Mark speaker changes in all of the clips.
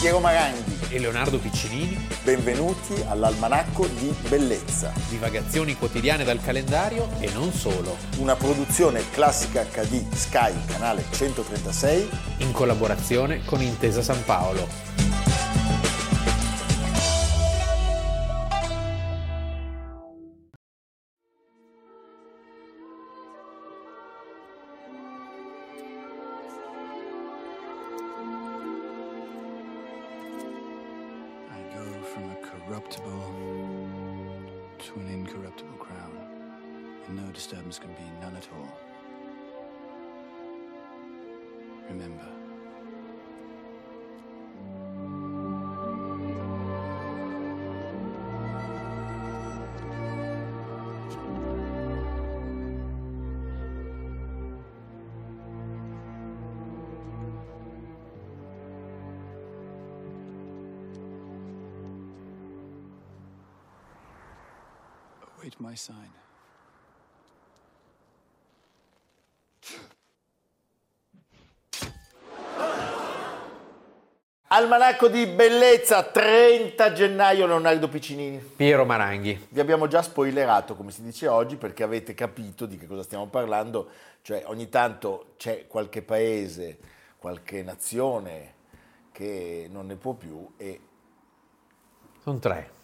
Speaker 1: Piero Maranghi.
Speaker 2: e Leonardo Piccinini,
Speaker 1: Benvenuti all'Almanacco di Bellezza,
Speaker 2: divagazioni quotidiane dal calendario e non solo,
Speaker 1: una produzione classica HD Sky, canale 136.
Speaker 2: in collaborazione con Intesa San Paolo.
Speaker 3: I go from a corruptible to an incorruptible crown, and no disturbance can be none at all. Remember. Await my sign.
Speaker 1: Almanacco di Bellezza, 30 gennaio, Leonardo Piccinini.
Speaker 2: Piero Maranghi,
Speaker 1: Vi abbiamo già spoilerato, come si dice oggi, perché avete capito di che cosa stiamo parlando. Cioè, ogni tanto c'è qualche paese, qualche nazione che non ne può più e...
Speaker 2: sono tre.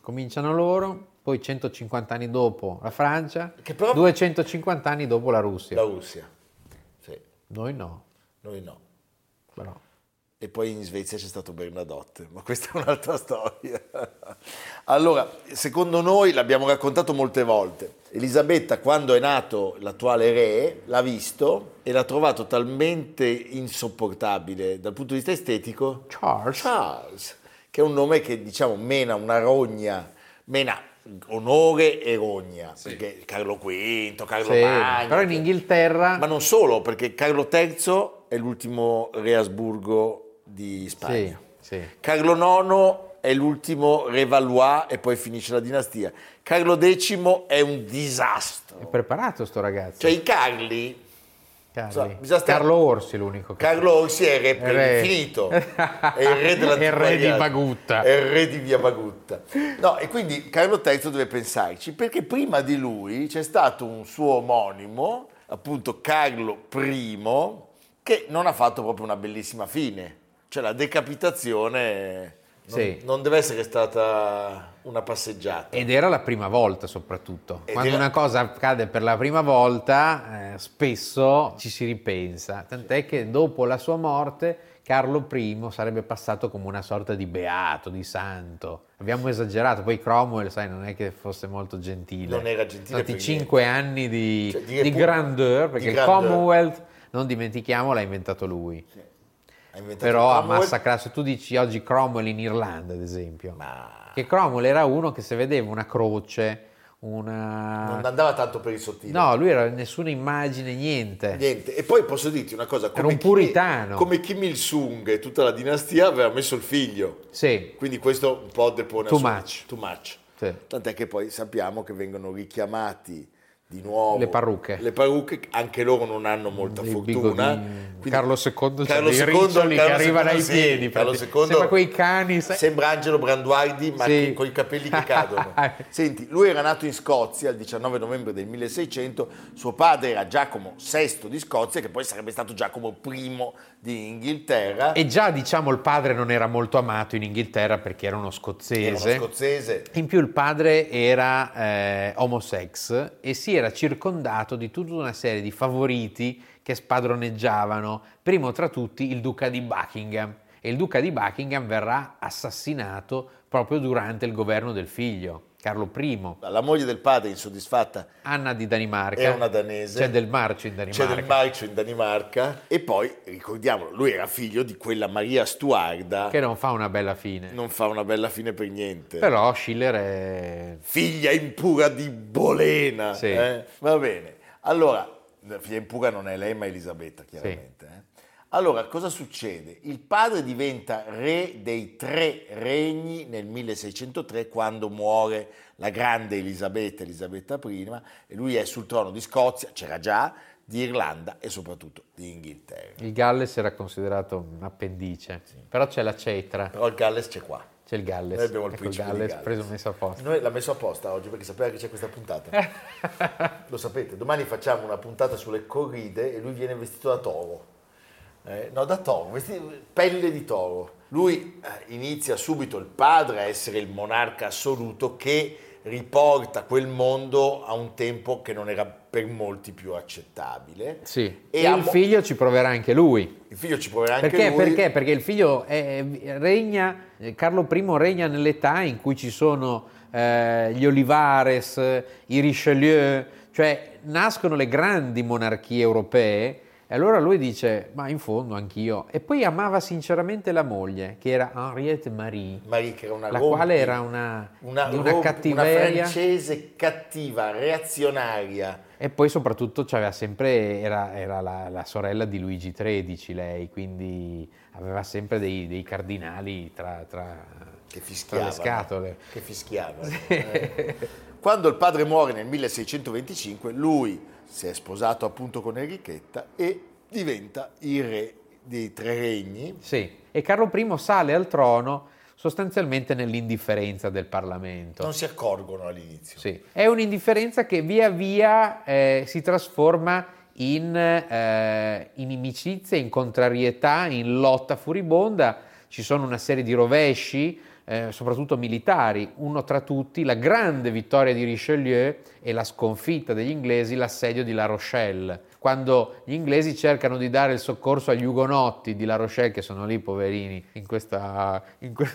Speaker 2: Cominciano loro, poi 150 anni dopo la Francia,
Speaker 1: Che però-
Speaker 2: 250 anni dopo la Russia.
Speaker 1: La Russia. Sì,
Speaker 2: Noi no,
Speaker 1: noi no.
Speaker 2: però.
Speaker 1: E poi in Svezia c'è stato Bernadotte, ma questa è un'altra storia. Allora, secondo noi, l'abbiamo raccontato molte volte, Elisabetta quando è nato l'attuale re l'ha visto e l'ha trovato talmente insopportabile dal punto di vista estetico
Speaker 2: Charles,
Speaker 1: Charles, che è un nome che diciamo mena una rogna, mena onore e rogna, perché Carlo V, Carlo
Speaker 2: sì,
Speaker 1: Magno.
Speaker 2: però in
Speaker 1: che-
Speaker 2: Inghilterra
Speaker 1: ma non solo, perché Carlo III è l'ultimo re Asburgo di
Speaker 2: sì,
Speaker 1: Spagna.
Speaker 2: sì.
Speaker 1: Carlo IX è l'ultimo re Valois e poi finisce la dinastia. Carlo X è un
Speaker 2: è
Speaker 1: disastro.
Speaker 2: preparato sto ragazzo.
Speaker 1: Cioè i Carli,
Speaker 2: Carli.
Speaker 1: so, bisogna stare-
Speaker 2: Carlo Orsi l'unico che
Speaker 1: Carlo Orsi è il re per
Speaker 2: Re.
Speaker 1: infinito, è il re, della
Speaker 2: È il re di
Speaker 1: variante.
Speaker 2: Bagutta.
Speaker 1: È il re di via Bagutta. No, e quindi Carlo III deve pensarci, perché prima di lui c'è stato un suo omonimo, appunto Carlo I, che non ha fatto proprio una bellissima fine. Cioè la decapitazione non,
Speaker 2: Sì.
Speaker 1: non deve essere stata una passeggiata.
Speaker 2: Ed era la prima volta soprattutto.
Speaker 1: Ed
Speaker 2: Quando
Speaker 1: era-
Speaker 2: una cosa accade per la prima volta, eh, spesso ci si ripensa. Tant'è che dopo la sua morte Carlo I sarebbe passato come una sorta di beato, di santo. Abbiamo esagerato, poi Cromwell, sai, non è che fosse molto gentile.
Speaker 1: Non era gentile
Speaker 2: Sono
Speaker 1: per
Speaker 2: Stati cinque anni di,
Speaker 1: Cioè, di
Speaker 2: di
Speaker 1: repu-
Speaker 2: grandeur,
Speaker 1: di
Speaker 2: perché il
Speaker 1: grandeur.
Speaker 2: Commonwealth, non dimentichiamo, l'ha inventato lui.
Speaker 1: Ha inventato
Speaker 2: Però ha
Speaker 1: Cromwell.
Speaker 2: massacrato, se tu dici oggi Cromwell in Irlanda, ad esempio.
Speaker 1: Ma
Speaker 2: Che Cromwell era uno che se vedeva una croce, una...
Speaker 1: non andava tanto per il sottile.
Speaker 2: No, lui era nessuna immagine, niente.
Speaker 1: Niente. E poi posso dirti una cosa: come
Speaker 2: un
Speaker 1: Kim-
Speaker 2: puritano.
Speaker 1: come Kim Il-sung e tutta la dinastia aveva messo il figlio.
Speaker 2: Sì,
Speaker 1: Quindi questo un po' depone
Speaker 2: Too
Speaker 1: su-
Speaker 2: much.
Speaker 1: too much.
Speaker 2: sì.
Speaker 1: Tant'è che poi sappiamo che vengono richiamati di nuovo
Speaker 2: Le parrucche.
Speaker 1: Le parrucche, anche loro non hanno molta
Speaker 2: Dei
Speaker 1: fortuna.
Speaker 2: bigodini.
Speaker 1: Quindi-
Speaker 2: Carlo II c'ha
Speaker 1: Carlo
Speaker 2: dei
Speaker 1: II,
Speaker 2: riccioli che
Speaker 1: Carlo
Speaker 2: arrivano
Speaker 1: II,
Speaker 2: ai
Speaker 1: sì,
Speaker 2: piedi.
Speaker 1: Carlo
Speaker 2: praticamente.
Speaker 1: II
Speaker 2: Sembra quei cani, sai.
Speaker 1: Sembra Angelo Branduardi, ma
Speaker 2: Sì.
Speaker 1: che- con i capelli che cadono. Senti, lui era nato in Scozia il 19 novembre del 1600, suo padre era Giacomo VI di Scozia, che poi sarebbe stato Giacomo I di Inghilterra.
Speaker 2: E già, diciamo, il padre non era molto amato in Inghilterra perché era uno
Speaker 1: Era uno
Speaker 2: scozzese.
Speaker 1: scozzese.
Speaker 2: In più il padre era eh, homosex e si era circondato di tutta una serie di favoriti che spadroneggiavano, primo tra tutti il duca di Buckingham. E il duca di Buckingham verrà assassinato proprio durante il governo del figlio, Carlo I.
Speaker 1: La moglie del padre, insoddisfatta,
Speaker 2: Anna di Danimarca.
Speaker 1: Era una danese.
Speaker 2: C'è del marcio in Danimarca.
Speaker 1: c'è del marcio in Danimarca. E poi, ricordiamolo, lui era figlio di quella Maria Stuarda,
Speaker 2: Che non fa una bella fine.
Speaker 1: non fa una bella fine per niente.
Speaker 2: Però Schiller è...
Speaker 1: figlia impura di Bolena.
Speaker 2: Sì.
Speaker 1: eh? Va bene. Allora, la figlia impura non è lei, ma Elisabetta, chiaramente. eh. Allora, cosa succede? Il padre diventa re dei tre regni nel 1603 quando muore la grande Elisabetta, Elisabetta I, e lui è sul trono di Scozia, c'era già, di Irlanda e soprattutto di Inghilterra.
Speaker 2: Il Galles era considerato un appendice, però c'è la cetra,
Speaker 1: Però il Galles c'è qua.
Speaker 2: c'è il Galles.
Speaker 1: Noi abbiamo il
Speaker 2: ecco il
Speaker 1: principe di
Speaker 2: Galles,
Speaker 1: Galles.
Speaker 2: preso messo a posto.
Speaker 1: Noi l'ha messo apposta oggi perché sapeva che c'è questa puntata. Lo sapete, domani facciamo una puntata sulle corride e lui viene vestito da toro. Eh, no, da toro, vesti- pelle di toro. Lui eh, inizia subito il padre a essere il monarca assoluto che riporta quel mondo a un tempo che non era per molti più accettabile.
Speaker 2: Sì.
Speaker 1: E
Speaker 2: E,
Speaker 1: a
Speaker 2: il
Speaker 1: mo-
Speaker 2: figlio ci proverà anche lui.
Speaker 1: Il figlio ci proverà anche
Speaker 2: Perché?
Speaker 1: lui.
Speaker 2: Perché? Perché il figlio è- regna, eh, Carlo I regna nell'età in cui ci sono eh, gli Olivares, eh, i Richelieu, cioè nascono le grandi monarchie europee e allora lui dice, ma in fondo anch'io. E poi amava sinceramente la moglie, che era Henriette Marie,
Speaker 1: Marie che era una
Speaker 2: la
Speaker 1: rompi-
Speaker 2: quale era una,
Speaker 1: una,
Speaker 2: di una
Speaker 1: romp-
Speaker 2: cattiveria.
Speaker 1: una francese cattiva, reazionaria.
Speaker 2: E poi soprattutto c'aveva sempre, era, era la, la sorella di Luigi XIII lei, quindi aveva sempre dei, dei cardinali tra, tra-
Speaker 1: Che
Speaker 2: tra
Speaker 1: fischiava.
Speaker 2: le scatole.
Speaker 1: Che fischiava. eh. Quando il padre muore nel 1625, lui si è sposato appunto con Enrichetta e diventa il re dei tre regni.
Speaker 2: Sì, e Carlo I sale al trono sostanzialmente nell'indifferenza del Parlamento.
Speaker 1: Non si accorgono all'inizio.
Speaker 2: Sì. È un'indifferenza che via via eh, si trasforma in eh, inimicizia, in contrarietà, in lotta furibonda. Ci sono una serie di rovesci, eh, soprattutto militari. Uno tra tutti, la grande vittoria di Richelieu e la sconfitta degli inglesi, l'assedio di La Rochelle. Quando gli inglesi cercano di dare il soccorso agli ugonotti di La Rochelle, che sono lì, poverini, in questa, in que-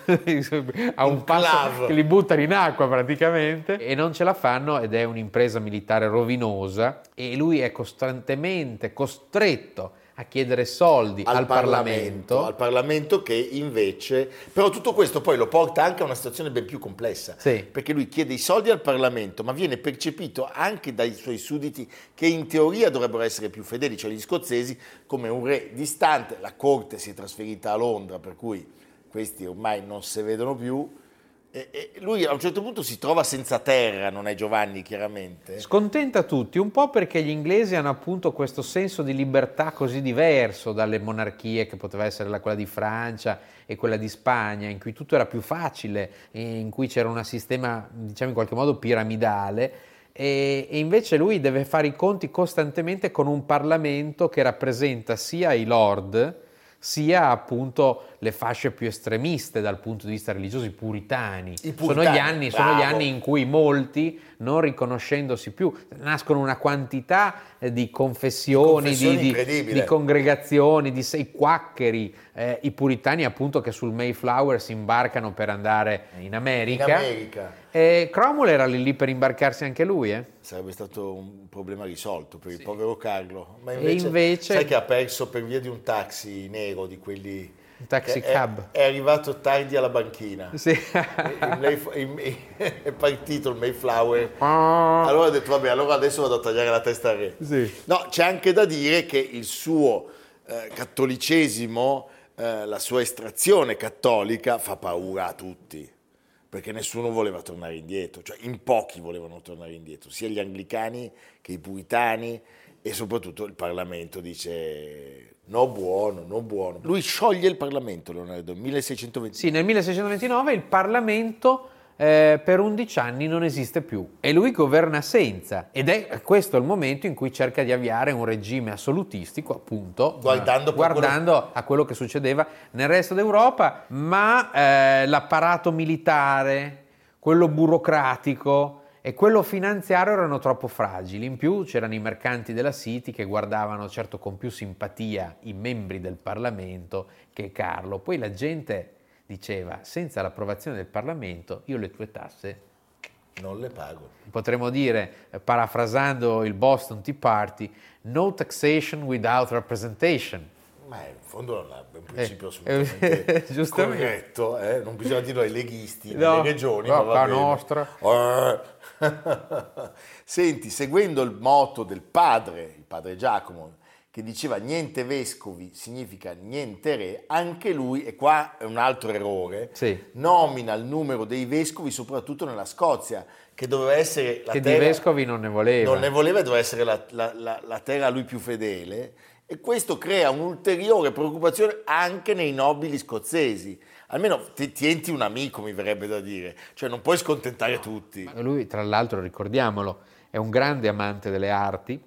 Speaker 2: a un passo
Speaker 1: Enclave.
Speaker 2: che li buttano in acqua praticamente e non ce la fanno ed è un'impresa militare rovinosa e lui è costantemente costretto a chiedere soldi al, Parlamento.
Speaker 1: al Parlamento che invece però tutto questo poi lo porta anche a una situazione ben più complessa
Speaker 2: Sì.
Speaker 1: perché lui chiede i soldi al Parlamento ma viene percepito anche dai suoi sudditi che in teoria dovrebbero essere più fedeli cioè gli scozzesi come un re distante la corte si è trasferita a Londra per cui questi ormai non si vedono più e, e lui a un certo punto si trova senza terra non è Giovanni chiaramente
Speaker 2: Scontenta tutti, un po' perché gli inglesi hanno appunto questo senso di libertà così diverso dalle monarchie che poteva essere la- quella di Francia e quella di Spagna, in cui tutto era più facile, e in cui c'era un sistema, diciamo in qualche modo, piramidale. E, e invece lui deve fare i conti costantemente con un Parlamento che rappresenta sia i lord, sia appunto le fasce più estremiste dal punto di vista religioso, i puritani.
Speaker 1: I
Speaker 2: sono,
Speaker 1: puritani,
Speaker 2: gli anni, sono gli
Speaker 1: bravo.
Speaker 2: anni in cui molti, non riconoscendosi più, nascono una quantità eh, di confessioni,
Speaker 1: Confessioni
Speaker 2: di- di,
Speaker 1: incredibile.
Speaker 2: di congregazioni, di sei quaccheri, eh, i puritani appunto che sul Mayflower si imbarcano per andare in
Speaker 1: in
Speaker 2: America.
Speaker 1: America
Speaker 2: E Cromwell era lì lì per imbarcarsi anche lui, eh?
Speaker 1: Sarebbe stato un problema risolto per il povero Carlo, ma
Speaker 2: E
Speaker 1: invece,
Speaker 2: invece-
Speaker 1: sai che ha perso per via di un taxi nero di quelli
Speaker 2: Un taxi
Speaker 1: che è-
Speaker 2: cab.
Speaker 1: È, arrivato tardi alla banchina.
Speaker 2: Sì.
Speaker 1: E- il Mayf- il- è partito il Mayflower. Allora ho detto vabbè, allora adesso vado a tagliare la testa al re.
Speaker 2: Sì.
Speaker 1: No, c'è anche da dire che il suo eh, cattolicesimo, eh, la sua estrazione cattolica fa paura a tutti, perché nessuno voleva tornare indietro, cioè in pochi volevano tornare indietro, sia gli anglicani che i puritani e soprattutto il Parlamento dice no buono, no buono. Lui scioglie il Parlamento, Leonardo, 1620.
Speaker 2: Sì, nel 1629 il Parlamento eh, per 11 anni non esiste più e lui governa senza ed è questo il momento in cui cerca di avviare un regime assolutistico appunto
Speaker 1: Guardando
Speaker 2: eh,
Speaker 1: poi
Speaker 2: guardando a quello che succedeva nel resto d'Europa ma eh, l'apparato militare quello burocratico e quello finanziario erano troppo fragili. In più c'erano i mercanti della City che guardavano certo con più simpatia i membri del Parlamento che Carlo. Poi la gente diceva, senza l'approvazione del Parlamento, io le tue tasse,
Speaker 1: Non le pago.
Speaker 2: potremmo dire, eh, parafrasando il Boston Tea Party, no taxation without representation.
Speaker 1: Ma in fondo non è un principio
Speaker 2: Eh,
Speaker 1: assolutamente
Speaker 2: eh, giustamente.
Speaker 1: corretto, eh? non bisogna dirlo ai leghisti,
Speaker 2: No,
Speaker 1: alle regioni,
Speaker 2: no,
Speaker 1: ma va
Speaker 2: la
Speaker 1: bene.
Speaker 2: nostra.
Speaker 1: Eh. Senti, seguendo il motto del padre, il padre Giacomo, che diceva niente vescovi significa niente re, anche lui, e qua è un altro errore,
Speaker 2: Sì.
Speaker 1: nomina il numero dei vescovi soprattutto nella Scozia, che doveva essere la
Speaker 2: che
Speaker 1: terra-
Speaker 2: di vescovi non ne voleva.
Speaker 1: non ne voleva e doveva essere la, la- la- la terra a lui più fedele e questo crea un'ulteriore preoccupazione anche nei nobili scozzesi. Almeno ti, tienti un amico, mi verrebbe da dire, cioè non puoi scontentare tutti.
Speaker 2: E Lui, tra l'altro, ricordiamolo, è un grande amante delle arti,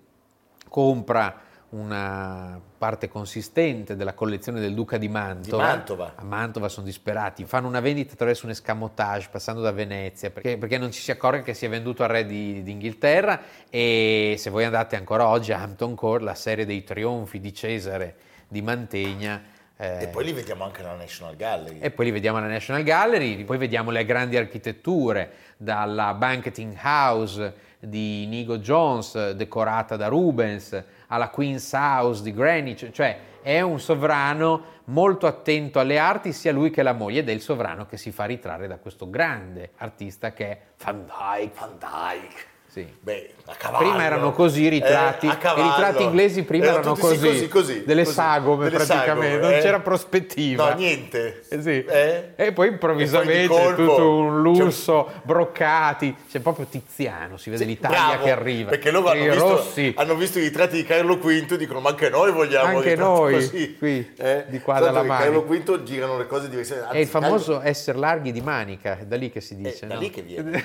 Speaker 2: compra una parte consistente della collezione del duca di Mantova.
Speaker 1: Di Mantova.
Speaker 2: A Mantova sono disperati, fanno una vendita attraverso un escamotage, passando da Venezia, perché, perché non ci si accorge che si è venduto al re di- d'Inghilterra e se voi andate ancora oggi a Hampton Court, la serie dei trionfi di Cesare di Mantegna. eh,
Speaker 1: E poi li vediamo anche alla National Gallery.
Speaker 2: e poi li vediamo alla National Gallery, poi vediamo le grandi architetture, dalla Banqueting House di Inigo Jones, decorata da Rubens, alla Queen's House di Greenwich, cioè è un sovrano molto attento alle arti, sia lui che la moglie, ed è il sovrano che si fa ritrarre da questo grande artista che è Van Dyck.
Speaker 1: Van Dyke.
Speaker 2: Sì.
Speaker 1: Beh, a cavallo.
Speaker 2: Prima erano così i ritratti,
Speaker 1: Eh, a cavallo.
Speaker 2: i ritratti inglesi prima erano
Speaker 1: tutti sì,
Speaker 2: così, delle
Speaker 1: così.
Speaker 2: sagome
Speaker 1: Delle
Speaker 2: praticamente,
Speaker 1: sagome,
Speaker 2: non
Speaker 1: eh.
Speaker 2: c'era prospettiva.
Speaker 1: No, niente.
Speaker 2: Eh sì.
Speaker 1: Eh?
Speaker 2: E poi improvvisamente
Speaker 1: E poi di colpo-
Speaker 2: tutto un
Speaker 1: Cioè,
Speaker 2: lusso, broccati, c'è proprio Tiziano, si vede l'Italia
Speaker 1: Bravo,
Speaker 2: che arriva.
Speaker 1: Perché loro
Speaker 2: E
Speaker 1: hanno
Speaker 2: i
Speaker 1: visto,
Speaker 2: rossi,
Speaker 1: hanno visto i ritratti di Carlo V e dicono: Ma anche noi vogliamo
Speaker 2: Anche
Speaker 1: ritratti
Speaker 2: noi,
Speaker 1: così. Eh,
Speaker 2: qui, di qua
Speaker 1: Tanto
Speaker 2: dalla
Speaker 1: che
Speaker 2: Mani.
Speaker 1: Carlo V girano le cose diverse.
Speaker 2: è il famoso essere larghi di manica, è da lì che si dice.
Speaker 1: Eh, da
Speaker 2: no?
Speaker 1: lì che viene.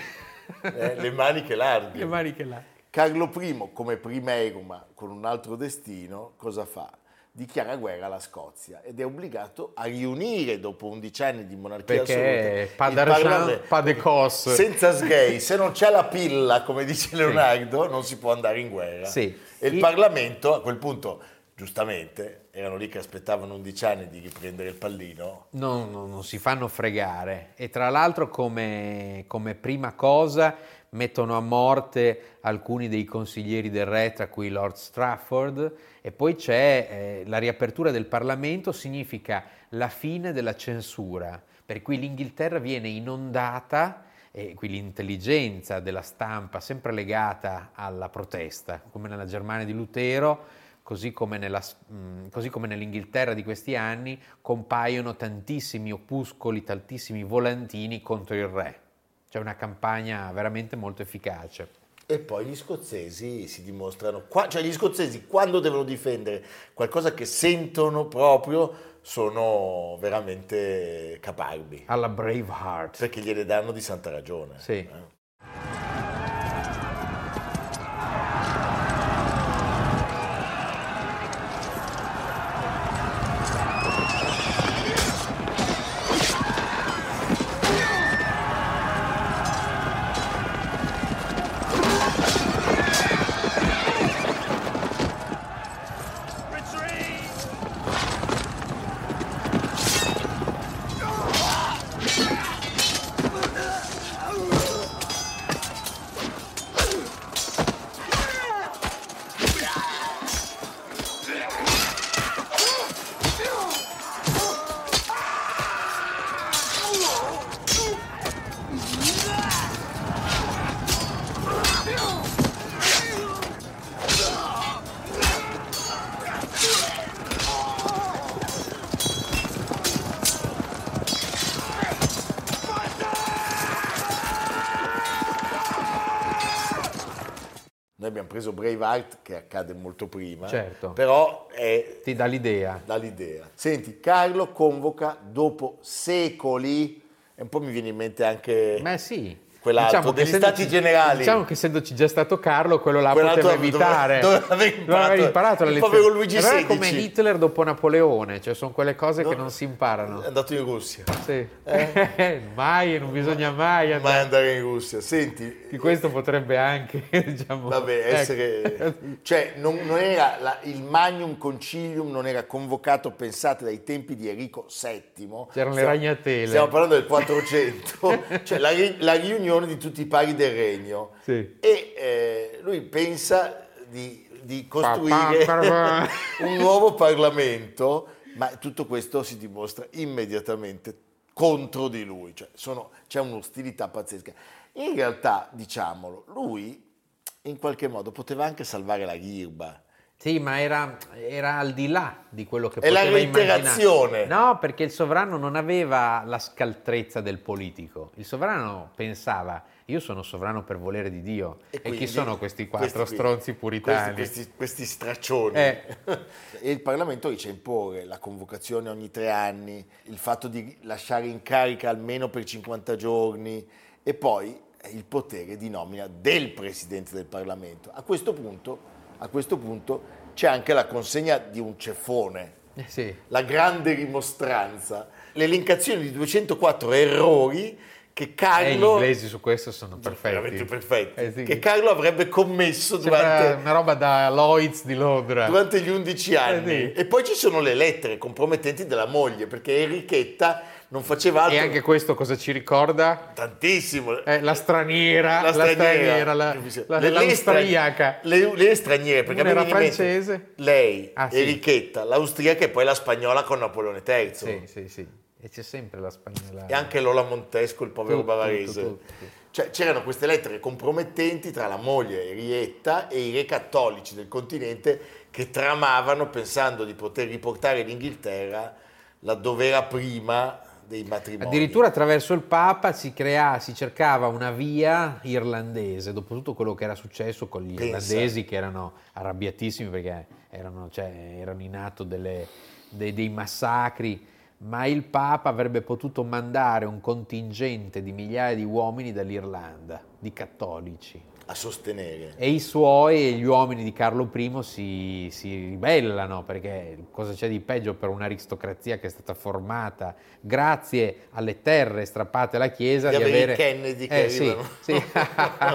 Speaker 1: eh, le maniche larghe.
Speaker 2: Le maniche larghe.
Speaker 1: Carlo I, come primeruma con un altro destino, cosa fa? Dichiara guerra alla Scozia ed è obbligato a riunire dopo 11 anni di monarchia
Speaker 2: Perché
Speaker 1: assoluta
Speaker 2: pas
Speaker 1: il
Speaker 2: d'argent,
Speaker 1: parlamento.
Speaker 2: pas de cos.
Speaker 1: Senza sgay, se non c'è la pilla, come dice Leonardo, non si può andare in guerra.
Speaker 2: Sì.
Speaker 1: E il
Speaker 2: I-
Speaker 1: Parlamento, a quel punto, giustamente, erano lì che aspettavano 11 anni di riprendere il pallino.
Speaker 2: No, no, non si fanno fregare e tra l'altro come, come prima cosa mettono a morte alcuni dei consiglieri del re, tra cui Lord Strafford e poi c'è eh, la riapertura del Parlamento, significa la fine della censura, per cui l'Inghilterra viene inondata e qui l'intelligenza della stampa sempre legata alla protesta, come nella Germania di Lutero, così come, nella S- mh, così come nell'Inghilterra di questi anni, compaiono tantissimi opuscoli, tantissimi volantini contro il re. C'è una campagna veramente molto efficace.
Speaker 1: E poi gli scozzesi si dimostrano, qua- cioè gli scozzesi quando devono difendere qualcosa che sentono proprio, sono veramente caparbi,
Speaker 2: Alla Braveheart.
Speaker 1: perché gliele danno di santa ragione.
Speaker 2: Sì.
Speaker 1: eh. Noi abbiamo preso Braveheart, che accade molto prima,
Speaker 2: Certo.
Speaker 1: però è
Speaker 2: Ti dà l'idea.
Speaker 1: dall'idea. Senti, Carlo convoca dopo secoli, e un po' mi viene in mente anche...
Speaker 2: Ma sì. Diciamo
Speaker 1: Quell'altro,
Speaker 2: che
Speaker 1: degli
Speaker 2: essendoci-
Speaker 1: Stati Generali.
Speaker 2: Diciamo che essendoci già stato Carlo, quello là
Speaker 1: Quell'altro
Speaker 2: poteva evitare.
Speaker 1: doveva- doveva aver
Speaker 2: Doveva aver
Speaker 1: imparato.
Speaker 2: imparato la
Speaker 1: Il
Speaker 2: lezione.
Speaker 1: povero Luigi
Speaker 2: Allora è
Speaker 1: XVI.
Speaker 2: come Hitler dopo Napoleone, cioè sono quelle cose che
Speaker 1: No. Eh.
Speaker 2: non si
Speaker 1: È
Speaker 2: imparano.
Speaker 1: andato in Russia.
Speaker 2: Sì. mai, non bisogna mai andare.
Speaker 1: Mai andare in Russia. Senti,
Speaker 2: Che questo potrebbe anche, diciamo,
Speaker 1: Vabbè,
Speaker 2: ecco.
Speaker 1: essere... cioè, non, non era la- il Magnum Concilium non era convocato, pensate, dai tempi di Enrico VII.
Speaker 2: C'erano le ragnatele.
Speaker 1: Stiamo parlando del 400, cioè la, ri- la riunione di tutti i pari del regno.
Speaker 2: Sì.
Speaker 1: E eh, lui pensa di, di costruire
Speaker 2: pa, pa, pa.
Speaker 1: un nuovo Parlamento, ma tutto questo si dimostra immediatamente contro di lui, cioè sono- c'è un'ostilità pazzesca. In realtà, diciamolo, lui in qualche modo poteva anche salvare la ghirba
Speaker 2: Sì, ma era, era al di là di quello che
Speaker 1: È la
Speaker 2: poteva immaginare.
Speaker 1: reiterazione.
Speaker 2: No, perché il sovrano non aveva la scaltrezza del politico. Il sovrano pensava, io sono sovrano per volere di Dio. E,
Speaker 1: quindi
Speaker 2: chi sono questi quattro
Speaker 1: questi qui,
Speaker 2: stronzi puritani?
Speaker 1: Questi, questi- questi straccioni.
Speaker 2: Eh.
Speaker 1: e il Parlamento dice imporre la convocazione ogni tre anni, il fatto di lasciare in carica almeno per 50 giorni e poi eh, il potere di nomina del Presidente del Parlamento. A questo punto, a questo punto c'è anche la consegna di un ceffone
Speaker 2: Eh sì.
Speaker 1: la grande rimostranza, l'elencazione di 204 errori che
Speaker 2: Eh, gli
Speaker 1: Carlo
Speaker 2: inglesi su questo sono perfetti.
Speaker 1: Ah, veramente perfetti,
Speaker 2: Eh sì.
Speaker 1: che Carlo avrebbe commesso
Speaker 2: Sembra
Speaker 1: durante,
Speaker 2: una roba da Lloyds di Londra.
Speaker 1: durante gli 11 anni.
Speaker 2: Eh, sì.
Speaker 1: E poi ci sono le lettere compromettenti della moglie, perché Enrichetta non faceva altro
Speaker 2: E anche questo cosa ci ricorda?
Speaker 1: tantissimo.
Speaker 2: Eh, la straniera, la straniera, la, la-
Speaker 1: Le- le stra-
Speaker 2: l'austriaca.
Speaker 1: le, le straniere perché
Speaker 2: Una
Speaker 1: a me
Speaker 2: era
Speaker 1: viene in mente
Speaker 2: francese.
Speaker 1: lei
Speaker 2: Ah, sì.
Speaker 1: Enrichetta l'austriaca e poi la spagnola con Napoleone III
Speaker 2: Sì, sì, sì. E c'è sempre la spagnola.
Speaker 1: Esatto. e anche Lola Montesco, il povero
Speaker 2: Tutto,
Speaker 1: bavarese.
Speaker 2: tutto, tutto.
Speaker 1: Cioè, c'erano queste lettere compromettenti tra la moglie Rietta e i re cattolici del continente che tramavano pensando di poter riportare l'Inghilterra laddove era prima dei matrimoni.
Speaker 2: Addirittura attraverso il Papa si, crea- si cercava una via irlandese, dopo tutto quello che era successo con gli
Speaker 1: Pensa.
Speaker 2: irlandesi che erano arrabbiatissimi perché erano, cioè, erano in atto delle- dei, dei massacri, ma il Papa avrebbe potuto mandare un contingente di migliaia di uomini dall'Irlanda, di cattolici.
Speaker 1: a sostenere.
Speaker 2: E i suoi e gli uomini di Carlo I si, si ribellano perché cosa c'è di peggio per un'aristocrazia che è stata formata grazie alle terre strappate alla Chiesa
Speaker 1: Di
Speaker 2: di,
Speaker 1: avere i
Speaker 2: avere
Speaker 1: Kennedy che
Speaker 2: Eh, sì,
Speaker 1: arrivano.
Speaker 2: sì.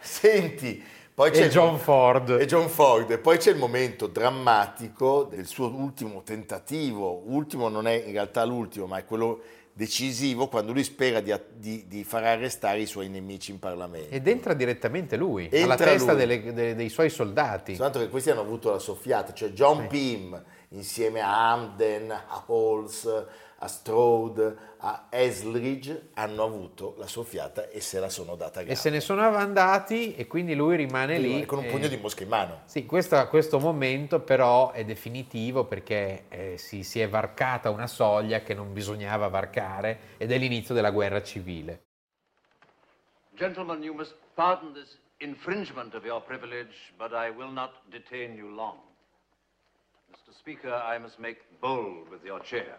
Speaker 1: Senti, poi c'è
Speaker 2: e
Speaker 1: il-
Speaker 2: John Ford.
Speaker 1: E John Ford. E poi c'è il momento drammatico del suo ultimo tentativo. Ultimo non è in realtà l'ultimo, ma è quello decisivo quando lui spera di, di- di far arrestare i suoi nemici in Parlamento.
Speaker 2: Ed entra direttamente lui, alla
Speaker 1: Entra
Speaker 2: testa
Speaker 1: lui.
Speaker 2: delle- de- dei suoi soldati.
Speaker 1: Soltanto che questi hanno avuto la soffiata, cioè John Pym insieme a Hamden, a Halls, a Strode, a Esledge hanno avuto la soffiata e se la sono data a
Speaker 2: E se ne sono andati e quindi lui rimane lì.
Speaker 1: con un
Speaker 2: e-
Speaker 1: pugno di mosca in mano.
Speaker 2: Sì, questo, questo momento però è definitivo perché eh, si, si è varcata una soglia che non bisognava varcare ed è l'inizio della guerra civile.
Speaker 4: Gentlemen, you must pardon this infringement of your privilege, but I will not detain you long. Mr. Speaker, I must make bold with your chair.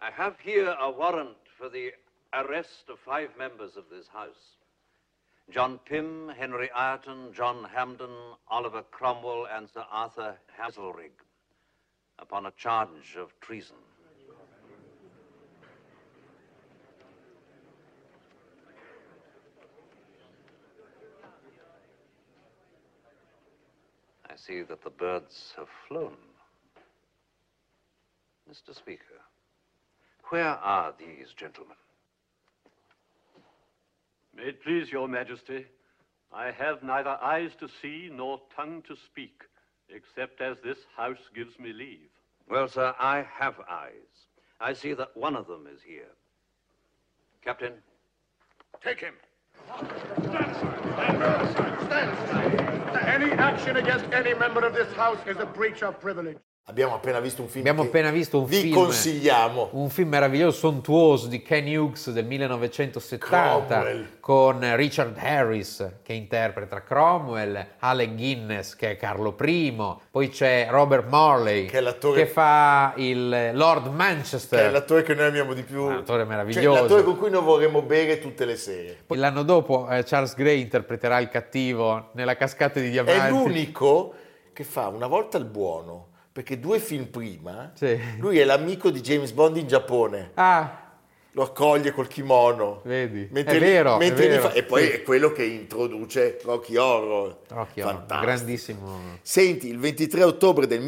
Speaker 4: I have here a warrant for the arrest of five members of this House. John Pym, Henry Ireton, John Hampden, Oliver Cromwell, and Sir Arthur Hazelrig, upon a charge of treason. I see that the birds have flown. Mr. Speaker, where are these gentlemen?
Speaker 5: May it please your majesty, I have neither eyes to see nor tongue to speak, except as this house gives me leave.
Speaker 4: Well, sir, I have eyes. I see that one of them is here. Captain,
Speaker 6: Take him. Stand aside. Stand aside. Stand aside. Any action against any member of this house is a breach of privilege.
Speaker 1: Abbiamo appena visto un film
Speaker 2: Abbiamo
Speaker 1: che
Speaker 2: appena visto un
Speaker 1: vi
Speaker 2: film.
Speaker 1: consigliamo.
Speaker 2: Un film meraviglioso, sontuoso di Ken Hughes del 1970
Speaker 1: Cromwell.
Speaker 2: con Richard Harris che interpreta Cromwell, Alec Guinness che è Carlo I, poi c'è Robert Morley
Speaker 1: Che è l'attore-
Speaker 2: che fa il Lord Manchester.
Speaker 1: Che è Cioè, l'attore che noi amiamo di più.
Speaker 2: Un attore Ah, meraviglioso.
Speaker 1: Cioè, l'attore con cui noi vorremmo bere tutte le sere.
Speaker 2: Poi L'anno dopo eh, Charles Gray interpreterà il cattivo nella cascata di
Speaker 1: È
Speaker 2: diamanti.
Speaker 1: l'unico che fa una volta il buono, perché due film prima
Speaker 2: Sì.
Speaker 1: lui è l'amico di James Bond in Giappone,
Speaker 2: Ah,
Speaker 1: lo accoglie col kimono.
Speaker 2: Vedi?
Speaker 1: Mentre
Speaker 2: È
Speaker 1: gli-
Speaker 2: vero, è
Speaker 1: mentre gli
Speaker 2: vero.
Speaker 1: fa- e poi
Speaker 2: Sì.
Speaker 1: è quello che introduce Rocky Horror.
Speaker 2: Rocky Horror,
Speaker 1: Fantastico.
Speaker 2: grandissimo.
Speaker 1: Senti, il 23 ottobre del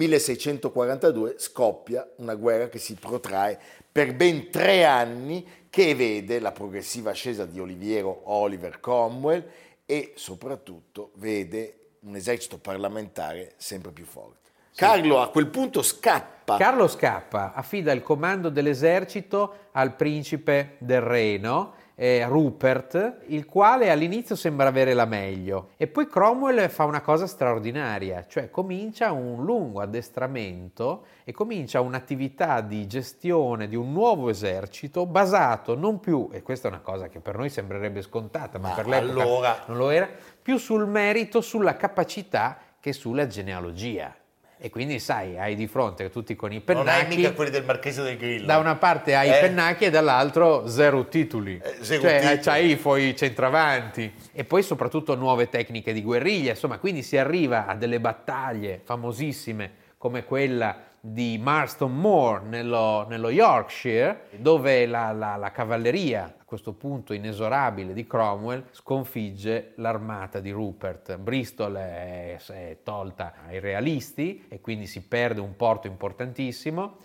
Speaker 1: 1642 scoppia una guerra che si protrae per ben tre anni che vede la progressiva ascesa di Oliviero Oliver Cromwell e soprattutto vede un esercito parlamentare sempre più forte. Carlo a quel punto scappa.
Speaker 2: Carlo scappa, affida il comando dell'esercito al principe del Reno, eh, Rupert, il quale all'inizio sembra avere la meglio. E poi Cromwell fa una cosa straordinaria, cioè comincia un lungo addestramento e comincia un'attività di gestione di un nuovo esercito basato non più, e questa è una cosa che per noi sembrerebbe scontata, ma,
Speaker 1: Ma
Speaker 2: per l'epoca
Speaker 1: allora-
Speaker 2: non lo era, più sul merito, sulla capacità che sulla genealogia. E quindi sai, hai di fronte tutti con i
Speaker 1: non hai
Speaker 2: pennacchi,
Speaker 1: mica quelli del Marchese del Grillo.
Speaker 2: da una parte hai i
Speaker 1: Eh.
Speaker 2: pennacchi e dall'altro zero titoli.
Speaker 1: Eh,
Speaker 2: cioè
Speaker 1: zero titoli.
Speaker 2: eh, c'hai i fuoi centravanti e poi soprattutto nuove tecniche di guerriglia, insomma, quindi si arriva a delle battaglie famosissime come quella di Marston Moor nello, nello Yorkshire, dove la, la- la cavalleria, a questo punto inesorabile, di Cromwell sconfigge l'armata di Rupert. Bristol è- è tolta ai realisti e quindi si perde un porto importantissimo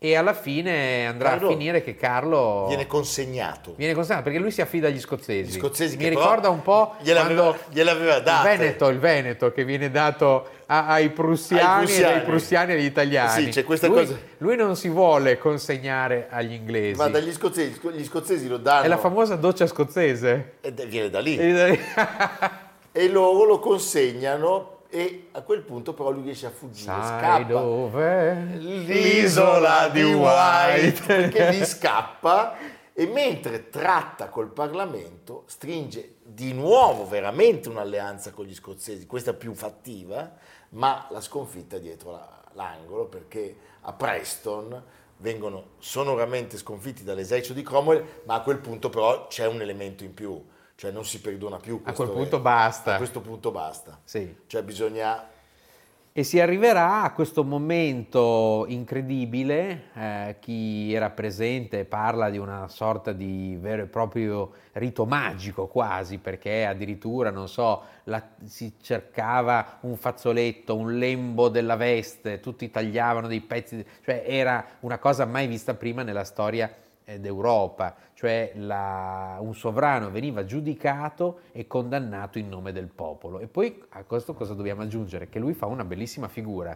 Speaker 2: e alla fine andrà
Speaker 1: Carlo
Speaker 2: a finire che Carlo
Speaker 1: Viene consegnato.
Speaker 2: viene consegnato perché lui si affida agli scozzesi.
Speaker 1: Gli scozzesi
Speaker 2: mi
Speaker 1: che però
Speaker 2: ricorda un po'
Speaker 1: gliel'aveva-
Speaker 2: quando
Speaker 1: gliel'aveva date.
Speaker 2: il Veneto, il Veneto che viene dato a- ai prussiani,
Speaker 1: Ai prussiani.
Speaker 2: e dai prussiani agli italiani.
Speaker 1: Sì, c'è questa
Speaker 2: lui,
Speaker 1: cosa-
Speaker 2: lui non si vuole consegnare agli inglesi.
Speaker 1: Ma dagli scozzesi, gli scozzesi lo danno.
Speaker 2: È la famosa doccia scozzese.
Speaker 1: e viene da lì. e
Speaker 2: E
Speaker 1: loro lo consegnano e a quel punto però lui riesce a fuggire,
Speaker 2: Sai
Speaker 1: scappa.
Speaker 2: dove?
Speaker 1: L'isola di White, perché gli scappa e mentre tratta col Parlamento stringe di nuovo veramente un'alleanza con gli scozzesi, questa più fattiva, ma la sconfitta è dietro la- l'angolo perché a Preston vengono sonoramente sconfitti dall'esercito di Cromwell, ma a quel punto però c'è un elemento in più, cioè non si perdona più. questo
Speaker 2: quel punto
Speaker 1: re.
Speaker 2: basta.
Speaker 1: A questo punto basta.
Speaker 2: Sì.
Speaker 1: Cioè bisogna
Speaker 2: E si arriverà a questo momento incredibile, eh, chi era presente parla di una sorta di vero e proprio rito magico quasi, perché addirittura, non so, la- si cercava un fazzoletto, un lembo della veste, tutti tagliavano dei pezzi, cioè era una cosa mai vista prima nella storia eh, d'Europa, cioè la- un sovrano veniva giudicato e condannato in nome del popolo. E poi a questo cosa dobbiamo aggiungere? Che lui fa una bellissima figura.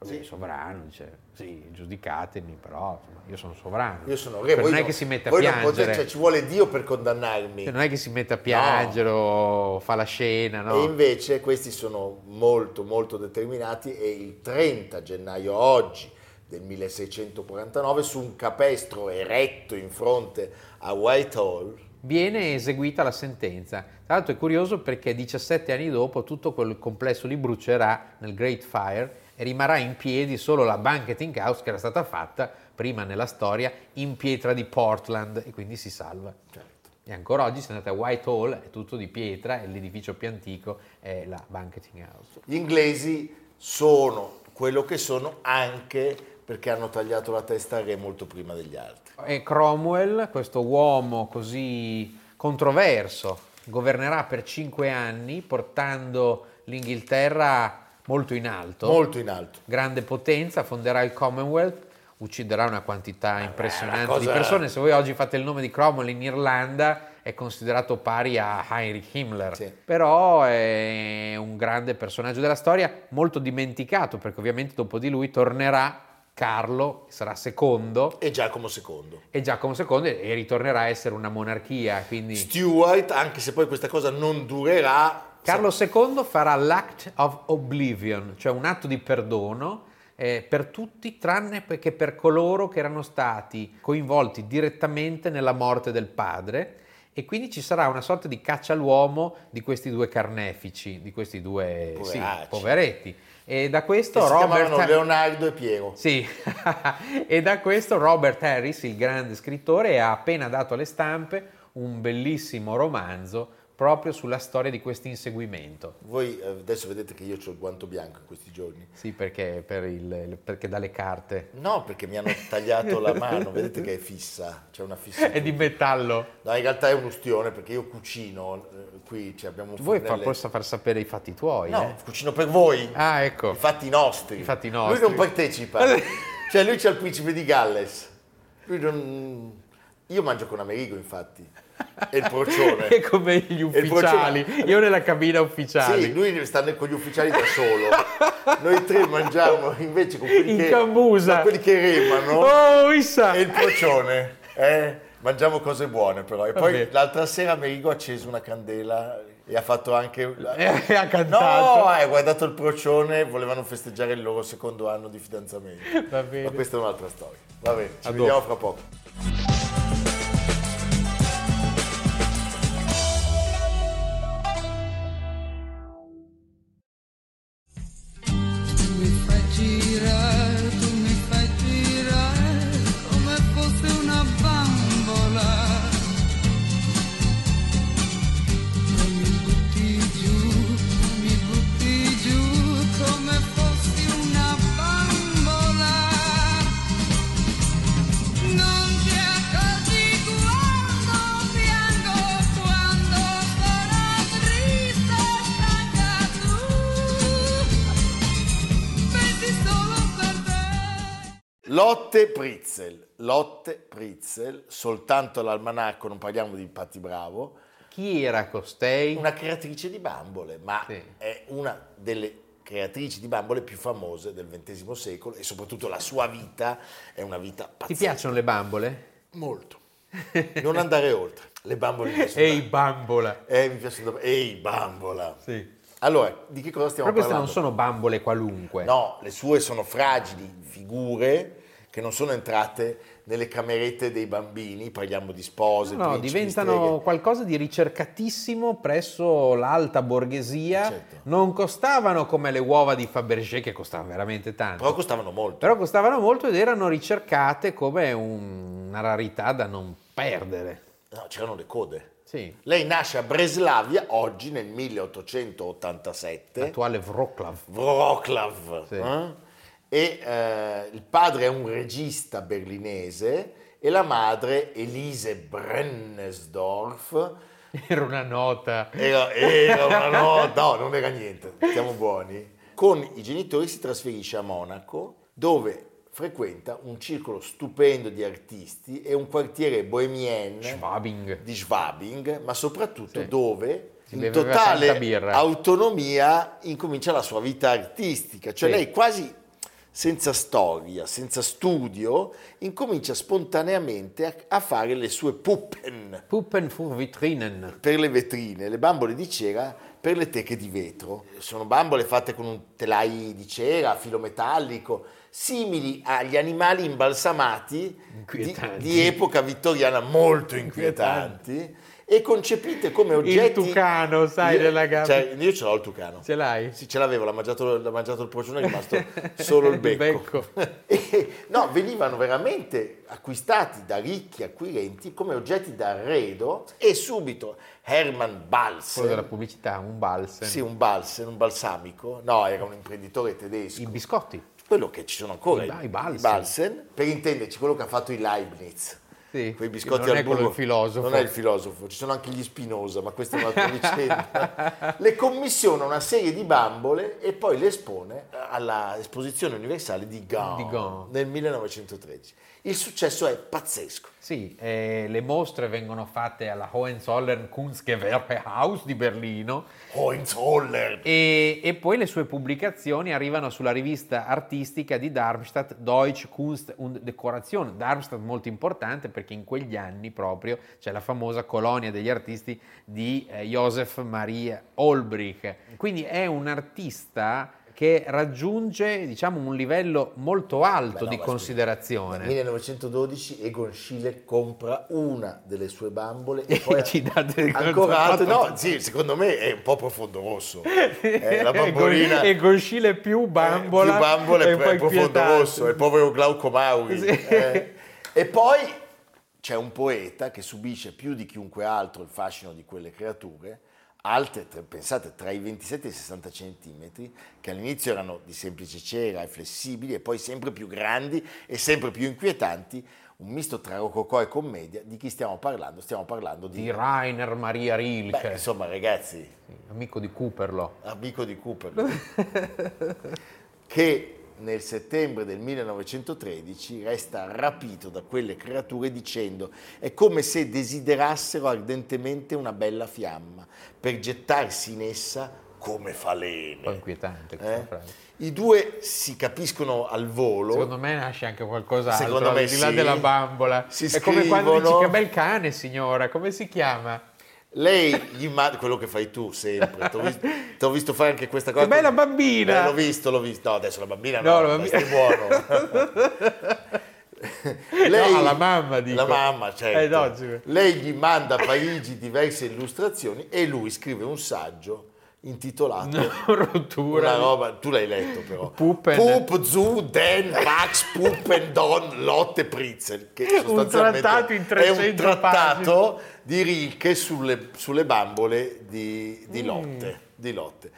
Speaker 2: Lui è sovrano, dice, sì, giudicatemi, però insomma, io sono sovrano.
Speaker 1: Io sono
Speaker 2: Cioè,
Speaker 1: re, voi
Speaker 2: non è
Speaker 1: no-
Speaker 2: che si mette a
Speaker 1: voi non potete-
Speaker 2: piangere.
Speaker 1: cioè, ci vuole Dio per condannarmi.
Speaker 2: Cioè, non è che si mette a piangere o fa la scena, no?
Speaker 1: E invece questi sono molto molto determinati e il 30 gennaio oggi del 1649 su un capestro eretto in fronte a Whitehall
Speaker 2: viene eseguita la sentenza. Tra l'altro è curioso perché 17 anni dopo tutto quel complesso lì brucerà nel Great Fire e rimarrà in piedi solo la Banqueting House che era stata fatta prima nella storia in pietra di Portland e quindi si salva. E ancora oggi se andate a Whitehall è tutto di pietra e l'edificio più antico è la Banqueting House.
Speaker 1: gli inglesi sono quello che sono anche perché hanno tagliato la testa al re molto prima degli altri.
Speaker 2: E Cromwell, questo uomo così controverso, governerà per cinque anni portando l'Inghilterra molto in alto.
Speaker 1: Molto in alto.
Speaker 2: grande potenza, fonderà il Commonwealth, ucciderà una quantità impressionante
Speaker 1: Eh una cosa-
Speaker 2: di persone. Se voi oggi fate il nome di Cromwell in Irlanda è considerato pari a Heinrich Himmler,
Speaker 1: Sì.
Speaker 2: però è un grande personaggio della storia, molto dimenticato perché ovviamente dopo di lui tornerà Carlo, che sarà secondo
Speaker 1: E Giacomo II.
Speaker 2: e Giacomo II e ritornerà a essere una monarchia, quindi
Speaker 1: Stuart, anche se poi questa cosa non durerà,
Speaker 2: Carlo II farà l'act of oblivion, cioè un atto di perdono eh, per tutti, tranne che per coloro che erano stati coinvolti direttamente nella morte del padre. E quindi ci sarà una sorta di caccia all'uomo di questi due carnefici, di questi due sì,
Speaker 1: Poveracci.
Speaker 2: poveretti. E da questo
Speaker 1: che si
Speaker 2: Robert.
Speaker 1: chiamavano Leonardo e Piero.
Speaker 2: Sì, e da questo Robert Harris, il grande scrittore, ha appena dato alle stampe un bellissimo romanzo proprio sulla storia di questo inseguimento.
Speaker 1: Voi eh, adesso vedete che io ho il guanto bianco in questi giorni.
Speaker 2: Sì, perché, per il- perché dalle carte
Speaker 1: No, perché mi hanno tagliato la mano, vedete che è fissa, c'è una fissa.
Speaker 2: è di metallo.
Speaker 1: No, in realtà è un ustione perché io cucino, eh, qui cioè, abbiamo un
Speaker 2: Vuoi far,
Speaker 1: fornello-
Speaker 2: possa far sapere i fatti tuoi?
Speaker 1: No,
Speaker 2: eh?
Speaker 1: cucino per voi,
Speaker 2: Ah, ecco.
Speaker 1: i fatti nostri.
Speaker 2: I fatti nostri.
Speaker 1: Lui non partecipa, cioè lui c'è il principe di Galles, lui non... Io mangio con Amerigo, infatti. E il procione.
Speaker 2: È come gli
Speaker 1: E il procione-
Speaker 2: ufficiali. Io nella cabina ufficiali.
Speaker 1: Sì, lui sta ne- con gli ufficiali da solo. Noi tre mangiamo invece con quelli,
Speaker 2: In
Speaker 1: che,
Speaker 2: cambusa.
Speaker 1: con quelli che remano
Speaker 2: Oh, Issa!
Speaker 1: e il procione. eh. Mangiamo cose buone però. E poi
Speaker 2: Vabbè.
Speaker 1: l'altra sera Amerigo ha acceso una candela e ha fatto anche... la-
Speaker 2: E Eh, ha cantato.
Speaker 1: No, hai guardato il procione, volevano festeggiare il loro secondo anno di fidanzamento.
Speaker 2: Va bene.
Speaker 1: Ma questa è un'altra storia. Va bene, ci
Speaker 2: A dopo.
Speaker 1: vediamo fra poco.
Speaker 7: mi fai girare, tu mi fai girare come fosse una bambola. Tu mi butti giù, mi butti giù come fossi una bambola. Non ti accorgi quando piango, quando sarai triste e stanca tu. Pensi solo per te.
Speaker 1: Lotte Prizzel, Lotte Prizzel, soltanto l'almanacco, non parliamo di Patti Bravo,
Speaker 2: Chi era costei?
Speaker 1: una creatrice di bambole, ma
Speaker 2: Sì.
Speaker 1: è una delle creatrici di bambole più famose del XX secolo e soprattutto la sua vita è una vita
Speaker 2: Ti
Speaker 1: pazzesca.
Speaker 2: piacciono le bambole?
Speaker 1: Molto. Non andare oltre. Le bambole mi piacciono.
Speaker 2: Ehi, bambola!
Speaker 1: tanto. Eh, mi piacciono tanto. Ehi, bambola.
Speaker 2: Sì.
Speaker 1: Allora, di che cosa stiamo
Speaker 2: Però queste non
Speaker 1: parlando?
Speaker 2: sono bambole qualunque.
Speaker 1: No, le sue sono fragili figure che non sono entrate nelle camerette dei bambini, parliamo di spose,
Speaker 2: No,
Speaker 1: principi,
Speaker 2: diventano
Speaker 1: streghe.
Speaker 2: qualcosa di ricercatissimo presso l'alta borghesia.
Speaker 1: Certo.
Speaker 2: Non costavano come le uova di Fabergé, che costavano veramente tanto.
Speaker 1: Però costavano molto.
Speaker 2: Però costavano molto ed erano ricercate come un- una rarità da non perdere.
Speaker 1: No, c'erano le code.
Speaker 2: Sì.
Speaker 1: Lei nasce a Breslavia oggi nel 1887,
Speaker 2: L'attuale Wroclaw.
Speaker 1: Wroclaw,
Speaker 2: Sì.
Speaker 1: eh? e eh, il padre è un regista berlinese e la madre Elise Brennesdorf
Speaker 2: Era una nota.
Speaker 1: era, era una no, no, non era niente, siamo buoni. Con i genitori si trasferisce a Monaco dove frequenta un circolo stupendo di artisti e un quartiere bohemien
Speaker 2: Schwabing.
Speaker 1: di Schwabing, ma soprattutto
Speaker 2: Sì.
Speaker 1: dove
Speaker 2: Si
Speaker 1: in
Speaker 2: beveva tanta
Speaker 1: totale
Speaker 2: birra.
Speaker 1: autonomia incomincia la sua vita artistica, cioè
Speaker 2: Sì.
Speaker 1: lei quasi senza storia, senza studio, incomincia spontaneamente a, a fare le sue puppen
Speaker 2: Puppen für Vitrinen.
Speaker 1: per le vetrine, le bambole di cera per le teche di vetro. Sono bambole fatte con un telai di cera, filo metallico, simili agli animali imbalsamati di,
Speaker 2: Inquietanti.
Speaker 1: di epoca vittoriana molto inquietanti e concepite come oggetti...
Speaker 2: tucano, sai,
Speaker 1: Io-
Speaker 2: della gabbia.
Speaker 1: Cioè, io ce l'ho il tucano.
Speaker 2: Ce l'hai?
Speaker 1: Sì, ce l'avevo, l'ha mangiato, l'ha mangiato il procione, è rimasto solo il
Speaker 2: Il
Speaker 1: becco.
Speaker 2: becco.
Speaker 1: E, no, venivano veramente acquistati da ricchi acquirenti come oggetti d'arredo e subito Herman
Speaker 2: Quello della
Speaker 1: Balsen,
Speaker 2: pubblicità, un balsamo.
Speaker 1: sì, un Balsen, un balsamico, no, era un imprenditore
Speaker 2: I
Speaker 1: tedesco,
Speaker 2: biscotti.
Speaker 1: quello che ci sono ancora,
Speaker 2: I ba- i Balsen.
Speaker 1: per intenderci quello che ha fatto i Leibniz.
Speaker 2: Sì,
Speaker 1: Quei biscotti al
Speaker 2: non è quello
Speaker 1: burro.
Speaker 2: il filosofo.
Speaker 1: Non è il filosofo, ci sono anche gli Spinosa, ma questa è un'altra vicenda. Le commissiona una serie di bambole e poi le espone alla esposizione universale di Gand,
Speaker 2: Di Gand.
Speaker 1: nel 1913. Il successo è pazzesco.
Speaker 2: Sì, eh, le mostre vengono fatte alla Hohenzollern Kunstgewerbe House di Berlino
Speaker 1: Hohenzollern!
Speaker 2: e, e poi le sue pubblicazioni arrivano sulla rivista artistica di Darmstadt, Deutsche Kunst und Dekoration. Darmstadt molto importante perché in quegli anni proprio c'è la famosa colonia degli artisti di eh, Joseph Maria Olbrich. Quindi è un artista che raggiunge diciamo un livello molto alto
Speaker 1: Beh, no, ma
Speaker 2: di
Speaker 1: scusa. Nel
Speaker 2: considerazione.
Speaker 1: 1912 Egon Schiele compra una delle sue bambole e poi
Speaker 2: Ci dà del-
Speaker 1: ancora altre. No, sì, secondo me è un po' profondo rosso. Eh, la bambolina Eh,
Speaker 2: e Goscile più bambola
Speaker 1: più bambola e
Speaker 2: un po'
Speaker 1: poi profondo
Speaker 2: inquietante.
Speaker 1: rosso, eh. il povero Glauco Mauri.
Speaker 2: Sì.
Speaker 1: eh. E poi c'è un poeta che subisce più di chiunque altro il fascino di quelle creature, alte, tra- pensate, tra i 27 e i 60 centimetri, che all'inizio erano di semplice cera e flessibili e poi sempre più grandi e sempre più inquietanti, un misto tra rococò e commedia, di chi stiamo parlando? Stiamo parlando di...
Speaker 2: di Rainer Maria Rilke
Speaker 1: Beh, insomma ragazzi,
Speaker 2: amico di Cooperlo
Speaker 1: amico di Cooper, che nel settembre del 1913 resta rapito da quelle creature dicendo è come se desiderassero ardentemente una bella fiamma per gettarsi in essa come
Speaker 2: Un po'
Speaker 1: falene.
Speaker 2: inquietante questa
Speaker 1: Eh?
Speaker 2: frase.
Speaker 1: I due si capiscono al volo.
Speaker 2: Secondo me nasce anche qualcos'altro,
Speaker 1: Secondo
Speaker 2: al
Speaker 1: me
Speaker 2: di là
Speaker 1: sì.
Speaker 2: della bambola.
Speaker 1: Si
Speaker 2: È come quando dici
Speaker 1: scrivono.
Speaker 2: che bel cane, signora, come si chiama?
Speaker 1: Lei gli manda quello che fai tu sempre. T'ho visto, t'ho visto fare anche questa cosa.
Speaker 2: Che bella bambina!
Speaker 1: Eh, l'ho visto, l'ho visto. No, adesso la bambina
Speaker 2: No,
Speaker 1: no,
Speaker 2: la
Speaker 1: la
Speaker 2: bambina-
Speaker 1: stai buono. Lei,
Speaker 2: No, alla mamma, dico.
Speaker 1: La mamma, certo.
Speaker 2: Eh, no, sì.
Speaker 1: Lei gli manda a Parigi diverse illustrazioni e lui scrive un saggio intitolato
Speaker 2: Rottura.
Speaker 1: una roba, tu l'hai letto però.
Speaker 2: Pup and-
Speaker 1: Pup, Zu, Den, Max, Puppen, Don, Lotte, Pritzel. Che sostanzialmente
Speaker 2: trattato in
Speaker 1: È un
Speaker 2: 300
Speaker 1: trattato di ricche sulle, sulle bambole di,
Speaker 2: Mm.
Speaker 1: di Lotte. Di Lotte.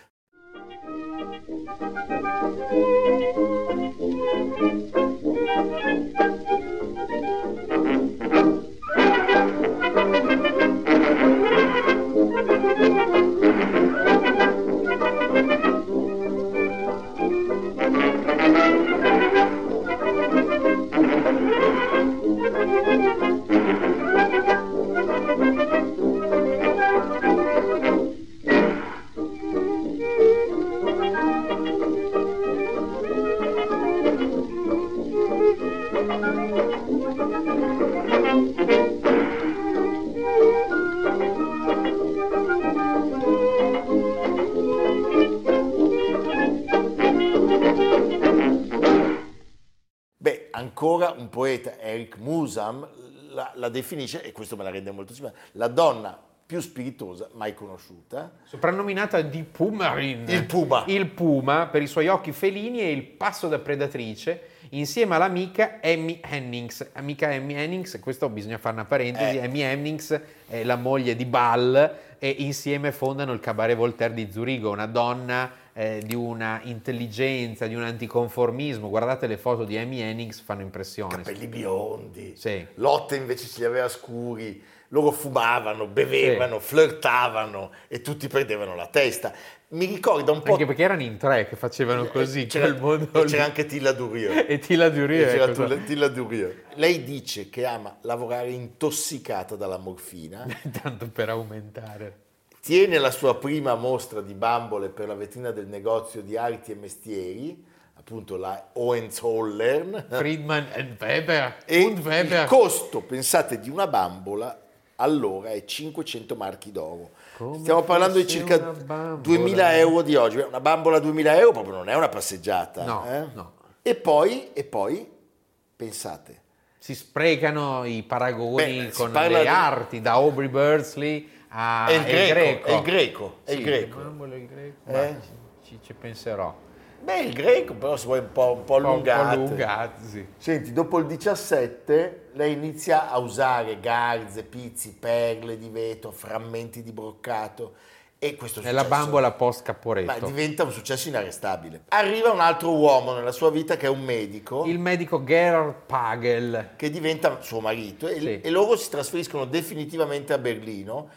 Speaker 1: Beh, ancora un poeta, Eric Musam, la, la definisce, e questo me la rende molto simile, la donna più spiritosa mai conosciuta.
Speaker 2: Soprannominata di Pumarin.
Speaker 1: Il puma.
Speaker 2: Il Puma per i suoi occhi felini e il passo da predatrice insieme all'amica Amy Hennings. Amica Amy Hennings, questo bisogna fare una parentesi,
Speaker 1: Eh.
Speaker 2: Amy Hennings è la moglie di Ball e insieme fondano il Cabaret Voltaire di Zurigo, una donna eh, di una intelligenza, di un anticonformismo. Guardate le foto di Amy Hennings, fanno impressione.
Speaker 1: Capelli biondi.
Speaker 2: Sì.
Speaker 1: Lotte invece ce li aveva scuri. Loro fumavano, bevevano, flirtavano e tutti perdevano la testa. Mi ricorda un po'.
Speaker 2: Anche perché erano in tre che facevano così,
Speaker 1: Eh, c'era,
Speaker 2: quel mondo
Speaker 1: e c'era
Speaker 2: lì.
Speaker 1: anche Tilla Durieux.
Speaker 2: E ecco, Tilla Durie.
Speaker 1: E c'era Tilla- Tilla Durieux. Lei dice che ama lavorare intossicata dalla morfina.
Speaker 2: Tanto per aumentare.
Speaker 1: Tiene la sua prima mostra di bambole per la vetrina del negozio di arti e mestieri, appunto la Hohenzollern.
Speaker 2: Friedman and Weber.
Speaker 1: Eh. E
Speaker 2: und Weber.
Speaker 1: il costo, pensate, di una bambola allora è 500 marchi d'oro.
Speaker 2: Come
Speaker 1: Stiamo parlando di
Speaker 2: fosse
Speaker 1: circa
Speaker 2: una bambola.
Speaker 1: 2000 euro di oggi. Una bambola a 2000 euro proprio non è una passeggiata.
Speaker 2: No,
Speaker 1: eh?
Speaker 2: no.
Speaker 1: E poi, e poi, pensate,
Speaker 2: si sprecano i paragoni
Speaker 1: Beh, si
Speaker 2: con
Speaker 1: parla
Speaker 2: le
Speaker 1: di-
Speaker 2: arti, da Aubrey Bursley a
Speaker 1: è il greco, è il
Speaker 2: Il Ah, greco.
Speaker 1: greco, è il
Speaker 2: Sì,
Speaker 1: greco.
Speaker 2: mamma, il greco.
Speaker 1: Eh?
Speaker 2: Ma Ci, ci penserò.
Speaker 1: Beh, il greco però si vuole un po', un po'
Speaker 2: Un po'
Speaker 1: allungate.
Speaker 2: allungati, sì.
Speaker 1: Senti, dopo il 17 lei inizia a usare garze, pizzi, perle di vetro, frammenti di broccato e questo
Speaker 2: È la
Speaker 1: successo-
Speaker 2: bambola post
Speaker 1: Ma
Speaker 2: Caporetto.
Speaker 1: diventa un successo inarrestabile. Arriva un altro uomo nella sua vita che è un medico
Speaker 2: Il medico Gerhard Pagel.
Speaker 1: che diventa suo marito e,
Speaker 2: Sì.
Speaker 1: e loro si trasferiscono definitivamente a Berlino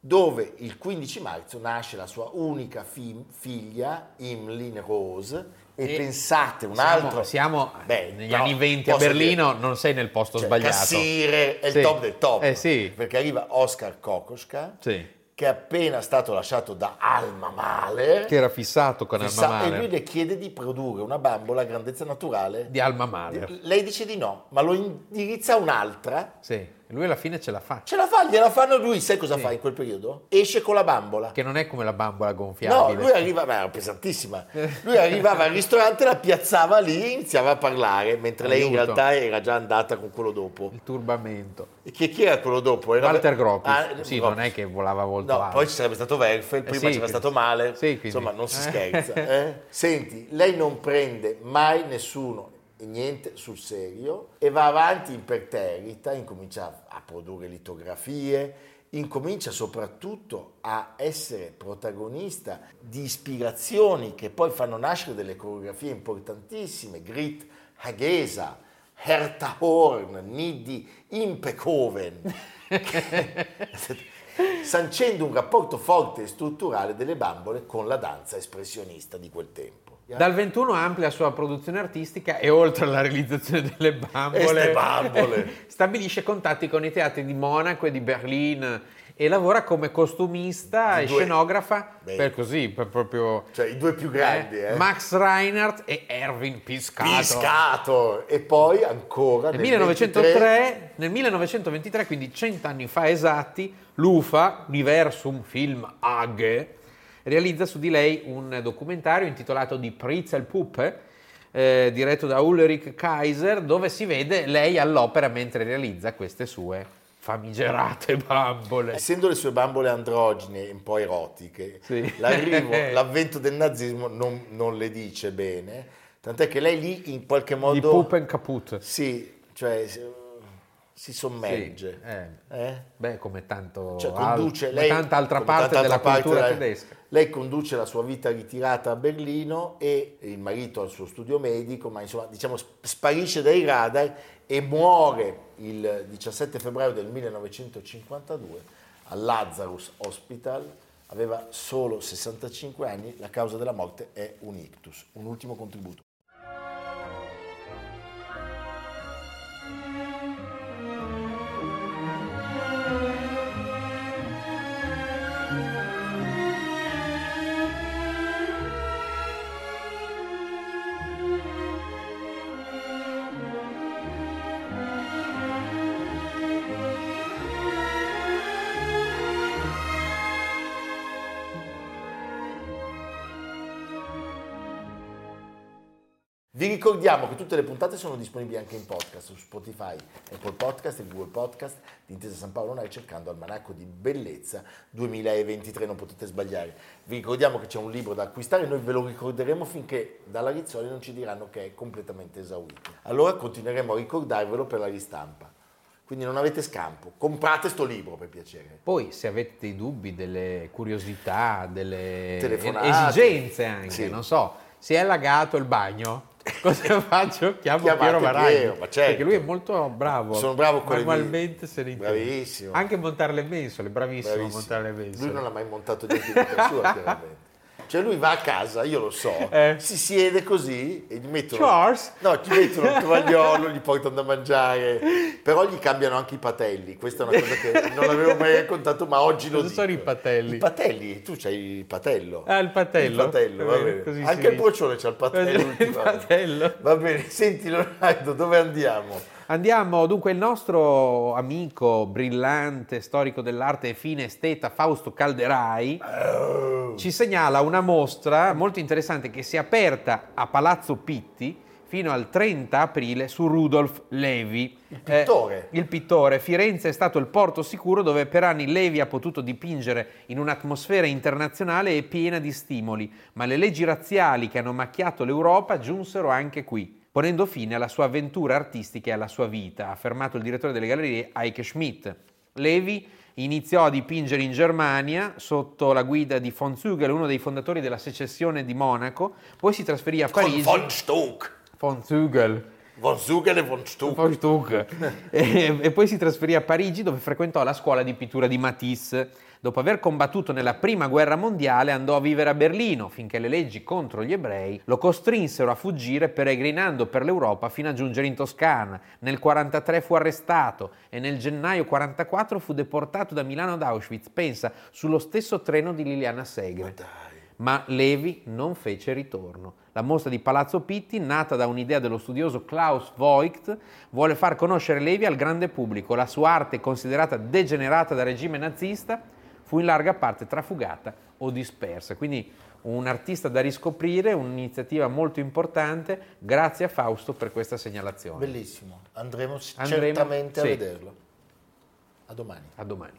Speaker 1: dove il 15 marzo nasce la sua unica fi- figlia, Imlin Rose. E,
Speaker 2: E
Speaker 1: pensate, un
Speaker 2: Siamo-
Speaker 1: altro...
Speaker 2: Siamo,
Speaker 1: Beh,
Speaker 2: negli
Speaker 1: no,
Speaker 2: anni 20 a
Speaker 1: posso
Speaker 2: Berlino,
Speaker 1: dire-
Speaker 2: non sei nel posto
Speaker 1: cioè,
Speaker 2: sbagliato.
Speaker 1: Cassiere è il
Speaker 2: Sì.
Speaker 1: top del top.
Speaker 2: Eh sì.
Speaker 1: Perché arriva Oscar Kokoschka,
Speaker 2: Sì.
Speaker 1: che è appena stato lasciato da Alma Mahler,
Speaker 2: Che era fissato con
Speaker 1: chissà,
Speaker 2: Alma
Speaker 1: e
Speaker 2: Mahler.
Speaker 1: lui le chiede di produrre una bambola a grandezza naturale.
Speaker 2: Di Alma Mahler.
Speaker 1: Lei dice di no, ma lo indirizza a un'altra.
Speaker 2: Sì. Lui alla fine ce la fa.
Speaker 1: Ce la fa, gliela fanno lui, sai cosa fa in quel periodo? Esce con la bambola.
Speaker 2: Che non è come la bambola
Speaker 1: No,
Speaker 2: gonfiabile.
Speaker 1: lui arriva, ma era pesantissima. Lui arrivava al ristorante, la piazzava lì e iniziava a parlare, mentre lei in
Speaker 2: Aiuto.
Speaker 1: realtà era già andata con quello dopo.
Speaker 2: Il turbamento.
Speaker 1: E Chi, chi era quello dopo? Era-
Speaker 2: Walter Gropius.
Speaker 1: Ah,
Speaker 2: sì,
Speaker 1: Gropius.
Speaker 2: non è che volava molto
Speaker 1: No,
Speaker 2: alto. Eh
Speaker 1: poi ci sarebbe stato Werfel, prima
Speaker 2: sì,
Speaker 1: c'era
Speaker 2: quindi-
Speaker 1: stato Male,
Speaker 2: sì, quindi.
Speaker 1: insomma non si
Speaker 2: Eh.
Speaker 1: scherza. eh? Senti, lei non prende mai nessuno e niente sul serio e va avanti imperterrita, incomincia a produrre litografie, incomincia soprattutto a essere protagonista di ispirazioni che poi fanno nascere delle coreografie importantissime, Grit Hagesa, Hertha Horn, Niddi Impekoven. sancendo un rapporto forte e strutturale delle bambole con la danza espressionista di quel tempo.
Speaker 2: Dal 21 amplia la sua produzione artistica e oltre alla realizzazione delle bambole,
Speaker 1: E ste bambole.
Speaker 2: stabilisce contatti con i teatri di Monaco e di Berlino e lavora come costumista
Speaker 1: Di
Speaker 2: e
Speaker 1: due-
Speaker 2: scenografa
Speaker 1: Beh.
Speaker 2: per così, per proprio
Speaker 1: Cioè, i due più grandi, eh.
Speaker 2: Max Reinhardt e Erwin Piscato.
Speaker 1: Piscato. E poi ancora
Speaker 2: Nel
Speaker 1: nel,
Speaker 2: 1903, nel 1923, quindi cent'anni fa esatti, l'UFA, Universum Film AG, realizza su di lei un documentario intitolato Di Pritzel Puppe, eh, diretto da Ulrich Kaiser, dove si vede lei all'opera mentre realizza queste sue famigerate bambole.
Speaker 1: Essendo le sue bambole androgene e un po' erotiche,
Speaker 2: Sì.
Speaker 1: l'arrivo, l'avvento del nazismo non, non le dice bene, tant'è che lei lì in qualche
Speaker 2: Di
Speaker 1: modo...
Speaker 2: Puppen Caput.
Speaker 1: Sì, cioè si- si sommerge.
Speaker 2: Sì,
Speaker 1: Eh?
Speaker 2: Beh, come tanto
Speaker 1: Cioè,
Speaker 2: al-
Speaker 1: conduce
Speaker 2: come
Speaker 1: lei,
Speaker 2: tanta altra
Speaker 1: come
Speaker 2: parte
Speaker 1: tanta
Speaker 2: della
Speaker 1: altra parte
Speaker 2: cultura
Speaker 1: della-
Speaker 2: tedesca.
Speaker 1: Lei conduce la sua vita ritirata a Berlino e il marito al suo studio medico, ma insomma, diciamo, sp- sparisce dai radar e muore il 17 febbraio del 1952 al Lazarus Hospital. Aveva solo 65 anni, la causa della morte è un ictus. Un ultimo contributo. Vi ricordiamo che tutte le puntate sono disponibili anche in podcast su Spotify, Apple Podcast e Google Podcast di Intesa San Paolo Online cercando Almanacco di Bellezza 2023, non potete sbagliare. Vi ricordiamo che c'è un libro da acquistare, noi ve lo ricorderemo finché dalla Rizzoli non ci diranno che è completamente esaurito. Allora continueremo a ricordarvelo per la ristampa. Quindi non avete scampo, comprate sto libro per piacere.
Speaker 2: Poi se avete dei dubbi, delle curiosità, delle
Speaker 1: Telefonate.
Speaker 2: esigenze anche,
Speaker 1: Sì.
Speaker 2: non so, se è allagato il bagno, cosa faccio? Chiamo
Speaker 1: Chiamate
Speaker 2: Piero Maraghi,
Speaker 1: Piero, ma certo.
Speaker 2: perché lui è molto bravo.
Speaker 1: Sono bravo con le
Speaker 2: Manualmente
Speaker 1: mie-
Speaker 2: se ne intende.
Speaker 1: Bravissimo.
Speaker 2: Anche montare le mensole, bravissimo, a
Speaker 1: Bravissimo.
Speaker 2: montare le mensole.
Speaker 1: Lui non ha mai montato niente di vita sua, chiaramente. Cioè lui va a casa, io lo so,
Speaker 2: Eh.
Speaker 1: si siede così e gli mettono,
Speaker 2: Charles?
Speaker 1: no, gli mettono il tovagliolo, gli portano da mangiare, però gli cambiano anche i patelli, questa è una cosa che non avevo mai raccontato ma oggi lo
Speaker 2: Cosa
Speaker 1: dico.
Speaker 2: sono i patelli?
Speaker 1: I patelli, tu c'hai il patello.
Speaker 2: Ah, il patello?
Speaker 1: Il patello,
Speaker 2: Va
Speaker 1: va
Speaker 2: bene,
Speaker 1: bene.
Speaker 2: così si
Speaker 1: Anche il
Speaker 2: dice.
Speaker 1: procione c'ha il patello.
Speaker 2: Il
Speaker 1: ultimamente.
Speaker 2: patello.
Speaker 1: Va bene, senti Leonardo, dove andiamo?
Speaker 2: Andiamo, dunque, il nostro amico brillante, storico dell'arte e fine esteta Fausto Calderai ci segnala una mostra molto interessante che si è aperta a Palazzo Pitti fino al 30 aprile su Rudolf Levi. Il
Speaker 1: pittore.
Speaker 2: il pittore. Firenze è stato il porto sicuro dove per anni Levi ha potuto dipingere in un'atmosfera internazionale e piena di stimoli, ma le leggi razziali che hanno macchiato l'Europa giunsero anche qui, ponendo fine alla sua avventura artistica e alla sua vita, ha affermato il direttore delle gallerie Heike Schmidt. Levi iniziò a dipingere in Germania sotto la guida di von Zügel, uno dei fondatori della secessione di Monaco, poi si trasferì a
Speaker 1: Con
Speaker 2: Parigi.
Speaker 1: Von Stuck.
Speaker 2: von Zügel.
Speaker 1: Von Zucker e Von Stuck.
Speaker 2: Poi Stuck. e, e poi si trasferì a Parigi dove frequentò la scuola di pittura di Matisse. Dopo aver combattuto nella prima guerra mondiale andò a vivere a Berlino finché le leggi contro gli ebrei lo costrinsero a fuggire peregrinando per l'Europa fino a giungere in Toscana. Nel 1943 fu arrestato e nel gennaio 1944 fu deportato da Milano ad Auschwitz, pensa, sullo stesso treno di Liliana Segre. Ma Levi non fece ritorno. La mostra di Palazzo Pitti, nata da un'idea dello studioso Klaus Voigt, vuole far conoscere Levi al grande pubblico. La sua arte, considerata degenerata dal regime nazista, fu in larga parte trafugata o dispersa. Quindi un artista da riscoprire, un'iniziativa molto importante. Grazie a Fausto per questa segnalazione.
Speaker 1: Bellissimo, andremo, s-
Speaker 2: Andremo,
Speaker 1: certamente
Speaker 2: sì.
Speaker 1: a vederlo. A domani.
Speaker 2: A domani.